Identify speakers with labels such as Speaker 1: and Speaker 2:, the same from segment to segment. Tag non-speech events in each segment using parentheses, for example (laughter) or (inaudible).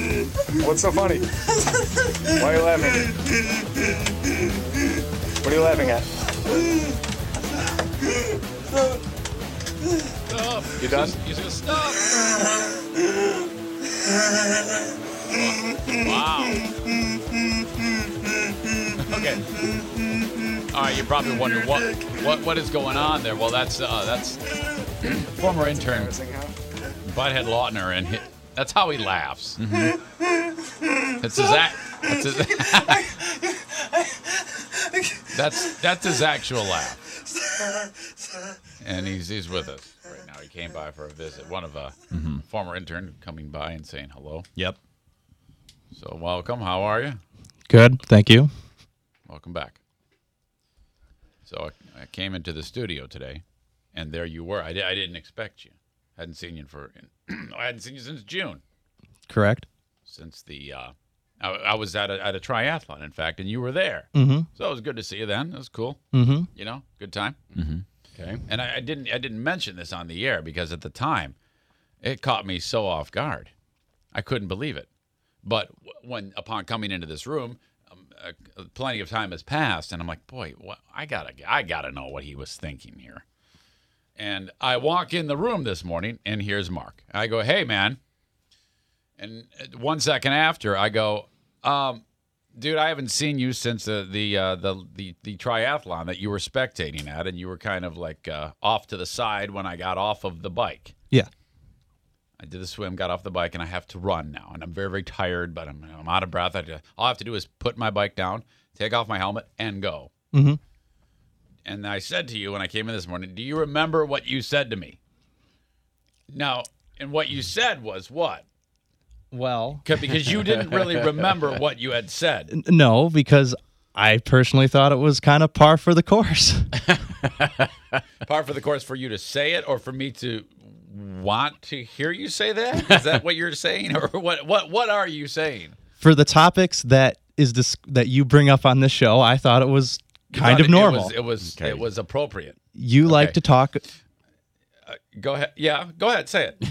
Speaker 1: What's so funny? Why are you laughing? What are you laughing at?
Speaker 2: Stop.
Speaker 1: You done?
Speaker 2: He's gonna stop. wow. Okay. All right. You're probably wondering what what what is going on there. Well, that's uh, that's (clears throat) former intern
Speaker 1: Embarrassing, huh?
Speaker 2: Butthead Lautner, and he, that's how he laughs. That's his act. That's his, that's that's his (laughs) actual laugh. And he's he's with us right now. He came by for a visit. One of a former intern coming by and saying hello.
Speaker 3: Yep.
Speaker 2: So welcome. How are you?
Speaker 3: Good. Thank you.
Speaker 2: Welcome back. So I, I came into the studio today, and there you were. I, di- I didn't expect you. hadn't seen you for (clears throat) I hadn't seen you since June.
Speaker 3: Correct.
Speaker 2: since the uh, I, I was at a, at a triathlon, in fact, and you were there.
Speaker 3: Mhm.
Speaker 2: So it was good to see you then. It was cool.
Speaker 3: Mm-hmm.
Speaker 2: You know, good time. Mm-hmm. Okay. And I, I didn't I didn't mention this on the air because at the time, it caught me so off guard. I couldn't believe it. But w- when upon coming into this room. um, uh, Plenty of time has passed, and I'm like, boy, what, I gotta, I gotta know what he was thinking here. And I walk in the room this morning, and here's Mark. I go, hey man, and uh, one second after, I go, um, dude, I haven't seen you since the the, uh, the the the triathlon that you were spectating at, and you were kind of like uh, off to the side when I got off of the bike.
Speaker 3: Yeah.
Speaker 2: I did the swim, got off the bike, and I have to run now, and I'm very very tired, but I'm I'm out of breath. I just, all I have to do is put my bike down, take off my helmet, and go.
Speaker 3: Mm-hmm.
Speaker 2: And I said to you when I came in this morning, do you remember what you said to me? Now, and what you said was what?
Speaker 3: Well,
Speaker 2: Okay, because you didn't really remember what you had said.
Speaker 3: n- no, because I personally thought it was kind of par for the course. (laughs)
Speaker 2: Par for the course for you to say it, or for me to want to hear you say that. Is that what you're saying, or what? What? What are you saying?
Speaker 3: for the topics that is dis- that you bring up on this show, I thought it was kind
Speaker 2: But
Speaker 3: of
Speaker 2: it-
Speaker 3: normal.
Speaker 2: It was. It was, it was appropriate.
Speaker 3: you like
Speaker 2: okay.
Speaker 3: to talk.
Speaker 2: Go ahead. Yeah. Go ahead. Say it.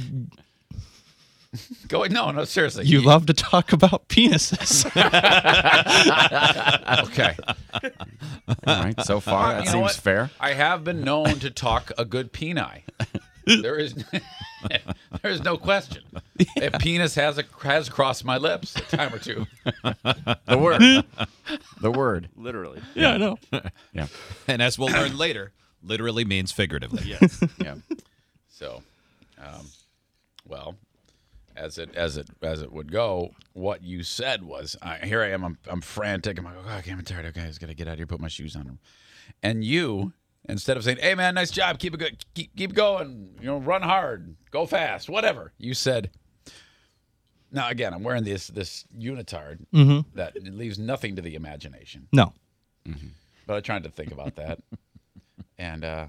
Speaker 2: Go. No. No. Seriously.
Speaker 3: You love to talk about (laughs) penises.
Speaker 2: Okay.
Speaker 4: All right,
Speaker 2: (laughs)
Speaker 4: so far that
Speaker 2: You know
Speaker 4: seems
Speaker 2: what?
Speaker 4: fair.
Speaker 2: I have been known to talk a good peni. There is, (laughs) there is no question. A penis has a has crossed my lips a time or two.
Speaker 4: The word,
Speaker 2: (laughs)
Speaker 4: the word.
Speaker 5: Literally.
Speaker 3: yeah, I know.
Speaker 4: Yeah,
Speaker 6: And as we'll learn later, literally means figuratively.
Speaker 5: Yes.
Speaker 4: yeah.
Speaker 2: So, um, well, as it as it as it would go, what you said was, I, "Here I am. I'm I'm frantic. I'm like, oh, God, I'm tired. Okay, I just gotta get out of here. Put my shoes on." And you, instead of saying, "Hey, man, nice job. Keep it good. Keep keep going. You know, run hard. Go fast. Whatever." You said. Now again, I'm wearing this this unitard that leaves nothing to the imagination
Speaker 3: (laughs) No.
Speaker 2: but I tried to think about that. and uh,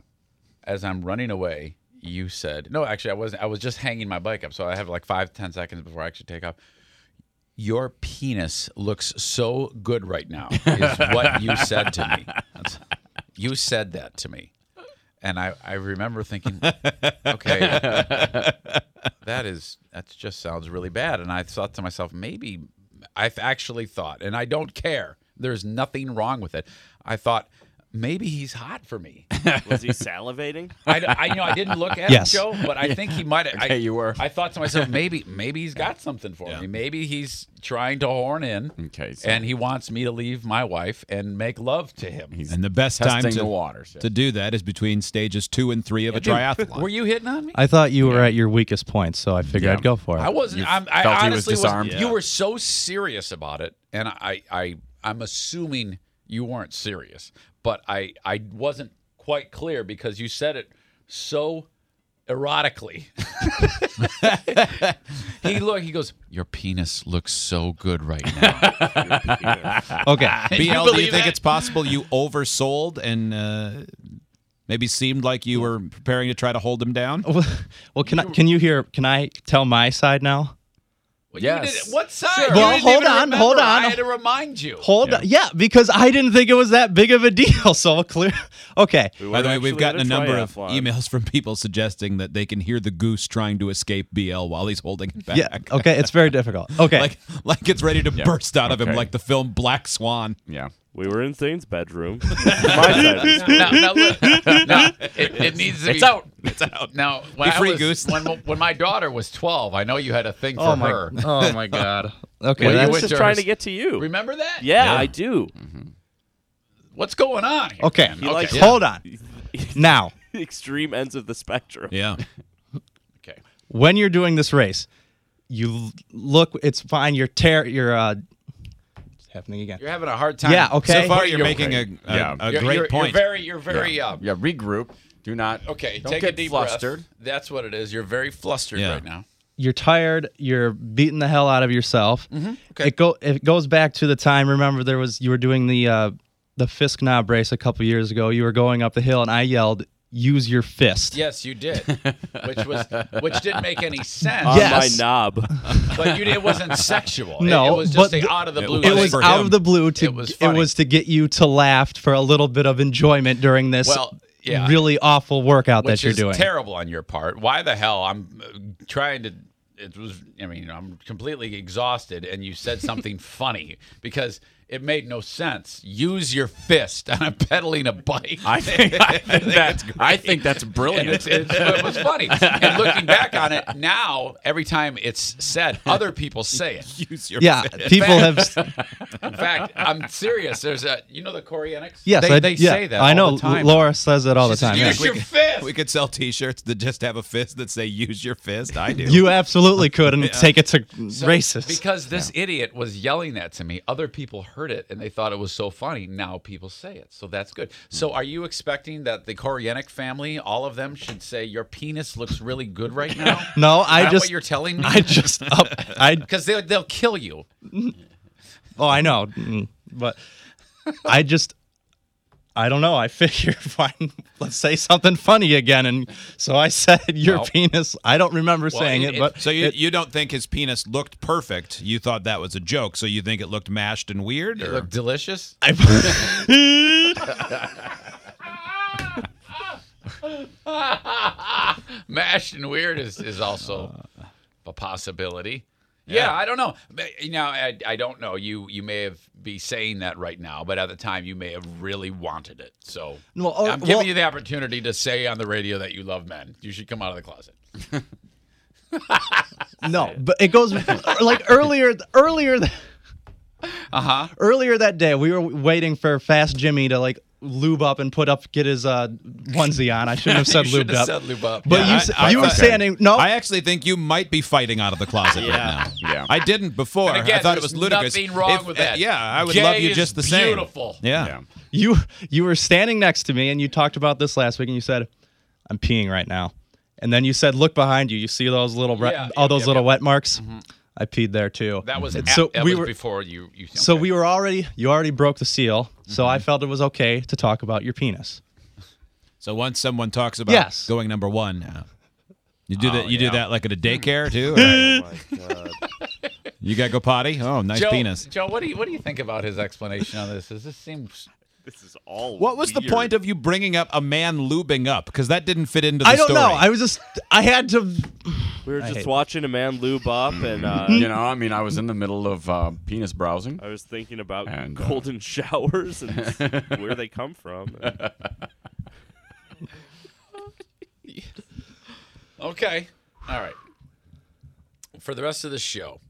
Speaker 2: as I'm running away, you said, "No, actually, I wasn't. I was just hanging my bike up, so I have like five, ten seconds before I actually take off." Your penis looks so good right now, is what you said to me. That's- you said that to me, and I, I remember thinking, "Okay, that is that just sounds really bad." And I thought to myself, maybe I've actually thought, and I don't care. There's nothing wrong with it. I thought maybe he's hot for me.
Speaker 5: Was he salivating?
Speaker 2: I, I know I didn't look
Speaker 4: (laughs)
Speaker 2: at
Speaker 3: Yes.
Speaker 2: him, Joe, but I think he might. have I,
Speaker 4: Okay, (laughs) you were.
Speaker 2: I thought to
Speaker 4: (laughs)
Speaker 2: myself, maybe, maybe he's got something for me. Maybe he's trying to horn in,
Speaker 4: Okay, so-
Speaker 2: and he wants me to leave my wife and make love to him.
Speaker 4: He's
Speaker 6: And the best time
Speaker 4: testing
Speaker 6: to,
Speaker 4: the waters.
Speaker 6: to do that is between stages two and three of a
Speaker 2: Dude,
Speaker 6: triathlon.
Speaker 2: Were you hitting on me?
Speaker 3: I thought you were at your weakest point, so I figured I'd go for it.
Speaker 2: I wasn't. I'm, I
Speaker 4: felt he was
Speaker 2: honestly was
Speaker 4: disarmed?
Speaker 2: You were so serious about it, and I, I, I'm assuming you weren't serious, but I, I wasn't quite clear because you said it so erotically. (laughs) he look. He goes. Your penis looks so good right now.
Speaker 3: okay. (laughs)
Speaker 6: BL, do you
Speaker 2: believe
Speaker 6: think
Speaker 2: that?
Speaker 6: it's possible you oversold and uh, maybe seemed like you were
Speaker 3: Oh,
Speaker 6: preparing to try to hold him down?
Speaker 3: well, can I, can you hear? Can I tell my side now?
Speaker 2: But
Speaker 4: Yes.
Speaker 2: You did it. What side?
Speaker 4: Sure.
Speaker 2: You
Speaker 3: Well,
Speaker 2: didn't
Speaker 3: hold
Speaker 2: even
Speaker 3: on,
Speaker 2: remember.
Speaker 3: hold on.
Speaker 2: I had to remind you.
Speaker 3: Hold
Speaker 4: Yeah.
Speaker 3: on. Yeah, because I didn't think it was that big of a deal. (laughs) So clear. Okay.
Speaker 6: By the way, we've gotten a number of
Speaker 1: emails.
Speaker 6: emails (laughs) from people suggesting that they can hear the goose trying to escape BL while he's holding it
Speaker 3: (laughs)
Speaker 6: back.
Speaker 3: Yeah. Okay. It's very difficult. Okay.
Speaker 6: (laughs) Like, like it's ready to burst out of him,
Speaker 4: Okay.
Speaker 6: like the film Black Swan.
Speaker 4: Yeah.
Speaker 5: We were in
Speaker 6: (laughs)
Speaker 5: Thane's bedroom. My side of the
Speaker 2: (laughs)
Speaker 5: story.
Speaker 2: now, now look, now, it, it needs to be. It's out.
Speaker 6: It's out.
Speaker 2: Now, when,
Speaker 6: free,
Speaker 2: I was,
Speaker 6: Goose.
Speaker 2: when when my daughter was 12, I know you had a thing for
Speaker 3: oh my.
Speaker 2: her.
Speaker 3: Oh my God. Okay.
Speaker 2: Well, you
Speaker 5: I
Speaker 3: that's-
Speaker 5: was
Speaker 2: went
Speaker 5: just
Speaker 2: to
Speaker 5: trying
Speaker 2: her-
Speaker 5: to get to you.
Speaker 2: Remember that?
Speaker 5: yeah, I do. (laughs)
Speaker 2: What's going on? here,
Speaker 3: okay.
Speaker 2: man?
Speaker 5: You like-
Speaker 2: yeah. (laughs)
Speaker 3: Hold on. Now,
Speaker 5: Extreme ends of the spectrum.
Speaker 6: Yeah.
Speaker 2: Okay.
Speaker 3: when you're doing this race, you l- look. It's fine. You're tear. You're. uh It's happening again.
Speaker 2: You're having a hard time.
Speaker 3: Yeah, okay.
Speaker 6: So far,
Speaker 2: You're
Speaker 6: you're making a, a,
Speaker 4: Yeah.
Speaker 6: a
Speaker 2: You're-
Speaker 6: great
Speaker 2: you're-
Speaker 6: point.
Speaker 2: You're very, you're very uh,
Speaker 4: Yeah. Regroup. Do not.
Speaker 2: Okay,
Speaker 4: Don't
Speaker 2: take
Speaker 4: get
Speaker 2: a deep (laughs)
Speaker 4: flustered.
Speaker 2: breath. That's what it is. You're very flustered
Speaker 6: Yeah.
Speaker 2: right now.
Speaker 3: you're tired, you're beating the hell out of yourself.
Speaker 2: Mm-hmm,
Speaker 3: It go it goes back to the time. Remember, there was you were doing the uh, the fisk knob race a couple years ago. You were going up the hill, and I yelled, "Use your fist!"
Speaker 2: Yes, you did, which was which didn't make any sense.
Speaker 5: On
Speaker 3: Yes.
Speaker 6: (laughs)
Speaker 5: my knob.
Speaker 2: but you, it wasn't sexual. It- it,
Speaker 3: No,
Speaker 2: was
Speaker 3: but
Speaker 2: just a
Speaker 3: the-
Speaker 2: out of the
Speaker 6: it
Speaker 2: blue.
Speaker 3: It
Speaker 6: Well,
Speaker 3: was
Speaker 2: thing.
Speaker 6: for
Speaker 3: out
Speaker 6: him,
Speaker 3: of the blue to
Speaker 2: it was
Speaker 3: it
Speaker 2: funny.
Speaker 3: was to get you to laugh for a little bit of enjoyment during this
Speaker 2: Well, yeah.
Speaker 3: really awful workout
Speaker 2: which
Speaker 3: that you're
Speaker 2: is
Speaker 3: doing.
Speaker 2: terrible on your part. Why the hell? I'm uh, trying to. It was. I mean, I'm completely exhausted, and you said
Speaker 3: (laughs)
Speaker 2: something funny because it made no sense. Use your fist. And I'm pedaling a bike.
Speaker 4: I think, I think that's. I
Speaker 2: (laughs)
Speaker 4: think that's
Speaker 2: and (laughs)
Speaker 4: brilliant.
Speaker 2: it's, it's, it was funny. And looking back on it now, every time it's said, other people say it.
Speaker 3: (laughs)
Speaker 6: Use your
Speaker 2: (laughs)
Speaker 3: yeah, people have s-
Speaker 2: In fact, I'm serious. There's a, you know, the Corianics.
Speaker 3: yes,
Speaker 2: they,
Speaker 3: I,
Speaker 2: they
Speaker 3: yeah,
Speaker 2: say that.
Speaker 3: I
Speaker 2: all
Speaker 3: know
Speaker 2: the time.
Speaker 3: Laura says it all the
Speaker 2: She says,
Speaker 3: time. yeah.
Speaker 2: Use your fist.
Speaker 6: We could sell T-shirts that just have a fist that say "Use your fist." I do.
Speaker 3: You absolutely could and take it to races.
Speaker 2: Because this idiot was yelling that to me. Other people heard it and they thought it was so funny. Now people say it. So that's
Speaker 3: Hmm.
Speaker 2: good. So are you expecting that the Koreanic family, all of them, should say, Your penis looks really good right now?
Speaker 3: (laughs) no,
Speaker 2: Is
Speaker 3: I
Speaker 2: that
Speaker 3: just
Speaker 2: what you're telling me?
Speaker 3: (laughs)
Speaker 2: (laughs)
Speaker 3: I just up. I
Speaker 2: Because they'll, they'll kill you.
Speaker 3: oh I know, Mm, but I just I don't know. I figure fine. Let's say something funny again, and so I said your
Speaker 2: Well-
Speaker 3: penis. I don't remember saying
Speaker 2: it-
Speaker 3: it,
Speaker 2: it-
Speaker 3: but
Speaker 6: So you, you don't think his penis looked perfect? You thought that was a joke, so you think it looked mashed and weird?
Speaker 2: You
Speaker 6: or-
Speaker 2: look delicious.
Speaker 3: I,
Speaker 2: (laughs) Mashed and weird is, is also
Speaker 6: Uh,
Speaker 2: a possibility. Yeah, I don't know. But, You know, I, I don't know. You you may have be saying that right now, but at the time you may have really wanted it. So
Speaker 3: Well, oh,
Speaker 2: I'm giving
Speaker 3: well-
Speaker 2: you the opportunity to say on the radio that you love men. You should come out of the closet.
Speaker 3: no. But it goes like earlier. Earlier. Uh
Speaker 2: Uh-huh.
Speaker 3: huh. Earlier that day, we were waiting for Fast Jimmy to like lube up and put up, get his uh onesie on. I
Speaker 2: (laughs)
Speaker 3: shouldn't have said
Speaker 2: you should
Speaker 3: lubed
Speaker 2: have
Speaker 3: up.
Speaker 2: said lube up.
Speaker 3: But
Speaker 2: Yeah,
Speaker 3: you,
Speaker 2: I-
Speaker 3: s
Speaker 6: I-
Speaker 3: you were
Speaker 6: okay.
Speaker 3: standing. No,
Speaker 6: I actually think you might be fighting out of the closet right now.
Speaker 4: Yeah.
Speaker 6: I didn't before.
Speaker 2: And again,
Speaker 6: I thought it
Speaker 2: there's
Speaker 6: was ludicrous.
Speaker 2: nothing wrong
Speaker 6: If-
Speaker 2: with
Speaker 6: uh,
Speaker 2: that.
Speaker 6: yeah, I would
Speaker 2: Gay
Speaker 6: love you
Speaker 2: is
Speaker 6: just the same.
Speaker 2: beautiful.
Speaker 6: Yeah.
Speaker 4: Yeah.
Speaker 3: you you were standing next to me and you talked about this last week and you said i'm peeing right now and then you said look behind you you see those little re-
Speaker 2: Yeah, yeah,
Speaker 3: all those
Speaker 2: yeah,
Speaker 3: little wet marks i peed there too
Speaker 2: Mm-hmm. That was
Speaker 3: And
Speaker 2: at-
Speaker 3: so
Speaker 2: that
Speaker 3: we
Speaker 2: was
Speaker 3: were
Speaker 2: before you. you
Speaker 3: so
Speaker 2: okay.
Speaker 3: we were already you already broke the seal so
Speaker 2: Mm-hmm.
Speaker 3: i felt it was okay to talk about your penis
Speaker 6: So once someone talks about
Speaker 3: Yes.
Speaker 6: going number one, uh, you do that. You
Speaker 2: Oh, yeah.
Speaker 6: do that like
Speaker 2: (laughs)
Speaker 6: at a daycare too. Or
Speaker 4: Oh my God.
Speaker 6: you gotta go potty. Oh, nice
Speaker 2: Joe,
Speaker 6: penis.
Speaker 2: Joe, what do you what do you think about his explanation on this? Does this seem
Speaker 5: This is all.
Speaker 6: What was the
Speaker 5: weird.
Speaker 6: point of you bringing up a man lubing up? Because that didn't fit into the
Speaker 3: i don't
Speaker 6: story.
Speaker 3: know i was just i had to (laughs)
Speaker 5: We were just
Speaker 3: hate-
Speaker 5: watching a man lube up,
Speaker 6: Mm.
Speaker 5: and
Speaker 6: (laughs)
Speaker 5: uh,
Speaker 4: you know, I mean, I was in the middle of uh, penis browsing.
Speaker 5: I was thinking about
Speaker 4: And, uh,
Speaker 5: golden (laughs) showers and
Speaker 4: (laughs)
Speaker 5: where they come from. And
Speaker 2: Okay. All right. For the rest of the show,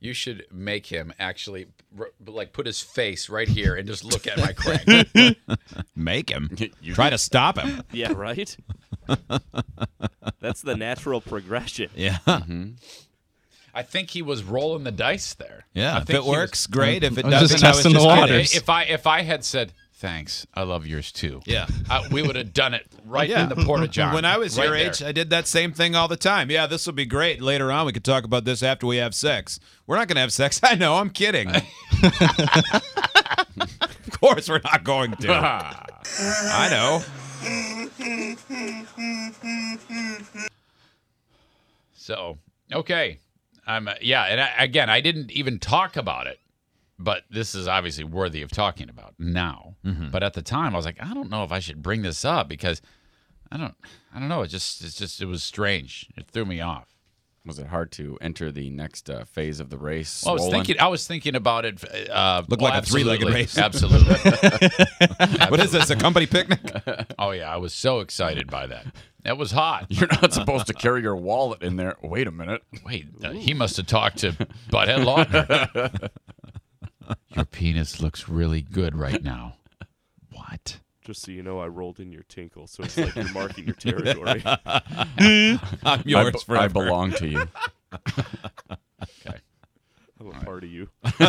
Speaker 2: you should make him actually r- like put his face right here and just look at my
Speaker 6: (laughs)
Speaker 2: crank. (laughs)
Speaker 6: Make him.
Speaker 4: You
Speaker 6: Try to stop him.
Speaker 5: yeah,
Speaker 6: (laughs)
Speaker 5: right. That's the natural progression.
Speaker 6: Yeah.
Speaker 2: I think he was rolling the dice there. I
Speaker 6: Yeah. If
Speaker 2: think
Speaker 6: it
Speaker 2: he was-
Speaker 6: works, great. If it
Speaker 3: I was
Speaker 6: doesn't,
Speaker 3: just
Speaker 6: I was
Speaker 3: testing
Speaker 6: just
Speaker 3: the
Speaker 6: kidding.
Speaker 3: waters.
Speaker 2: if I if I had said thanks, I love yours too.
Speaker 6: Yeah.
Speaker 2: I, we would have done it right
Speaker 6: Yeah.
Speaker 2: in the porta john.
Speaker 6: (laughs) When I was
Speaker 2: right
Speaker 6: your
Speaker 2: there.
Speaker 6: age, I did that same thing all the time. Yeah, this will be great. Later on, we could talk about this after we have sex. We're not going to have sex. (laughs) I know. I'm kidding. (laughs)
Speaker 2: (laughs)
Speaker 6: of course, we're not going
Speaker 2: (laughs)
Speaker 6: to. I know.
Speaker 2: So okay, I'm uh, yeah, and I, again, I didn't even talk about it, but this is obviously worthy of talking about now.
Speaker 6: Mm-hmm.
Speaker 2: But at the time, I was like, I don't know if I should bring this up because I don't, I don't know. It just, it's just, it was strange. It threw me off.
Speaker 4: Was it hard to enter the next uh, phase of the race?
Speaker 2: Well, I was
Speaker 4: swollen?
Speaker 2: thinking, I was thinking about it. Uh,
Speaker 6: Looked
Speaker 2: well,
Speaker 6: like a three-legged
Speaker 2: absolutely.
Speaker 6: race. (laughs)
Speaker 2: Absolutely.
Speaker 6: What is this? A company picnic?
Speaker 2: oh yeah, (laughs) I was so excited by that. That was hot.
Speaker 4: (laughs) You're
Speaker 2: (laughs)
Speaker 4: not supposed to carry your wallet in there. Wait a minute.
Speaker 2: Wait, uh, he must have talked to Butthead Lautner. (laughs) Your penis looks really good right now. What?
Speaker 5: Just so you know, I rolled in your tinkle, so it's like you're marking
Speaker 6: (laughs)
Speaker 5: your territory.
Speaker 6: I'm
Speaker 4: I,
Speaker 6: yours
Speaker 4: be-
Speaker 6: forever.
Speaker 4: I belong
Speaker 2: (laughs)
Speaker 4: to you.
Speaker 5: I'm a part of you.
Speaker 2: So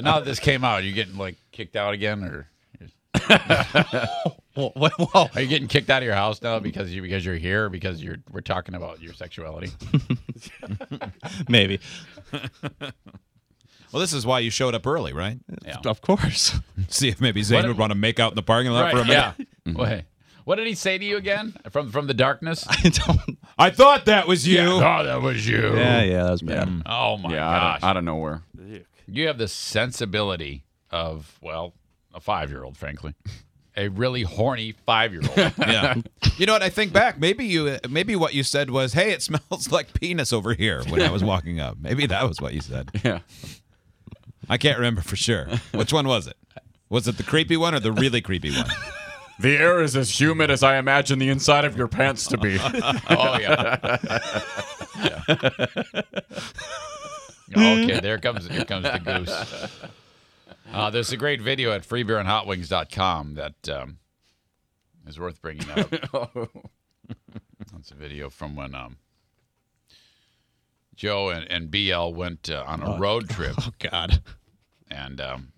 Speaker 2: now that this came out, you getting like kicked out again, (laughs) or
Speaker 3: Whoa, whoa, whoa.
Speaker 2: are you getting kicked out of your house now because you because you're here because you're we're talking about your sexuality?
Speaker 3: Maybe.
Speaker 6: Well, this is why you showed up early, right?
Speaker 2: Yeah.
Speaker 3: Of course.
Speaker 6: See if maybe Zane
Speaker 2: What-
Speaker 6: would want to make out in the parking lot for a minute.
Speaker 2: Yeah. Wait. What did he say to you again from from the darkness?
Speaker 3: I don't.
Speaker 6: I thought that was you.
Speaker 2: Oh, that was you.
Speaker 3: Yeah, yeah, that was bad.
Speaker 2: Oh my
Speaker 4: Yeah,
Speaker 2: gosh.
Speaker 4: out of, out of nowhere.
Speaker 5: Yuck.
Speaker 2: you have the sensibility of well, a five year old, frankly, a really horny five year old.
Speaker 6: Yeah. (laughs) You know what? I think back. Maybe you. Maybe what you said was, "Hey, it (laughs) smells like penis over here." When I was walking up, maybe that was what you said.
Speaker 4: (laughs) Yeah.
Speaker 6: I can't remember for sure. Which one was it? Was it the creepy one or the really creepy one?
Speaker 4: The air is as humid as I imagine the inside of your pants to (laughs) be.
Speaker 2: Oh yeah. yeah. (laughs) Okay, there comes here comes the goose. Uh, there's a great video at freebeerandhotwings.com that um, is worth bringing up. That's a video from when um, Joe and, and BL went uh, on a road trip,
Speaker 3: Oh God.
Speaker 2: and um,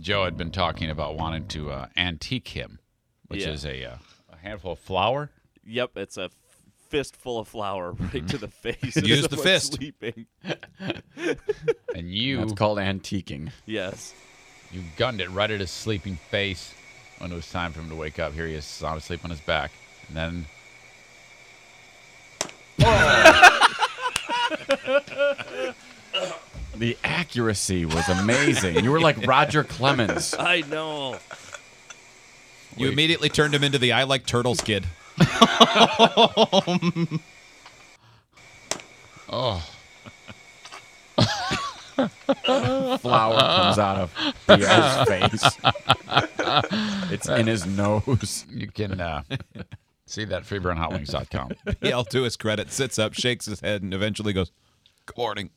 Speaker 2: Joe had been talking about wanting to uh, antique him, which
Speaker 5: Yeah.
Speaker 2: is a, uh, a handful of flour.
Speaker 5: Yep, it's a f- fistful of flour (laughs) right
Speaker 6: (laughs)
Speaker 5: to the face. (laughs)
Speaker 6: Use
Speaker 5: of
Speaker 6: the
Speaker 5: someone
Speaker 6: fist.
Speaker 5: Sleeping.
Speaker 2: And you
Speaker 4: That's called antiquing.
Speaker 5: Yes.
Speaker 2: You gunned it right at his sleeping face when it was time for him to wake up. Here he is, sound asleep on his back. And then.
Speaker 4: The accuracy was amazing. You were like Roger Clemens.
Speaker 5: I know.
Speaker 6: You immediately turned him into the "I like turtles" kid.
Speaker 4: Flour comes out of Theo's face. It's in his nose.
Speaker 2: You can uh, (laughs) see that at freebrandhotwings.com.
Speaker 6: L to his credit, sits up, shakes his head, and eventually goes, "Good morning."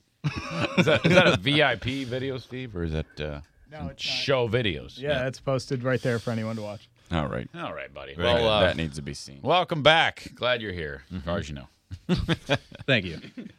Speaker 2: Is that, is that a VIP video, Steve, or is that uh,
Speaker 7: No, it's not.
Speaker 2: show videos?
Speaker 7: Yeah, it's posted right there for anyone to watch.
Speaker 4: All right.
Speaker 2: All right, buddy.
Speaker 6: Very
Speaker 2: Well,
Speaker 6: good.
Speaker 2: uh,
Speaker 4: that needs to be seen.
Speaker 2: welcome back. Glad you're here, as far as you know.
Speaker 3: Thank you.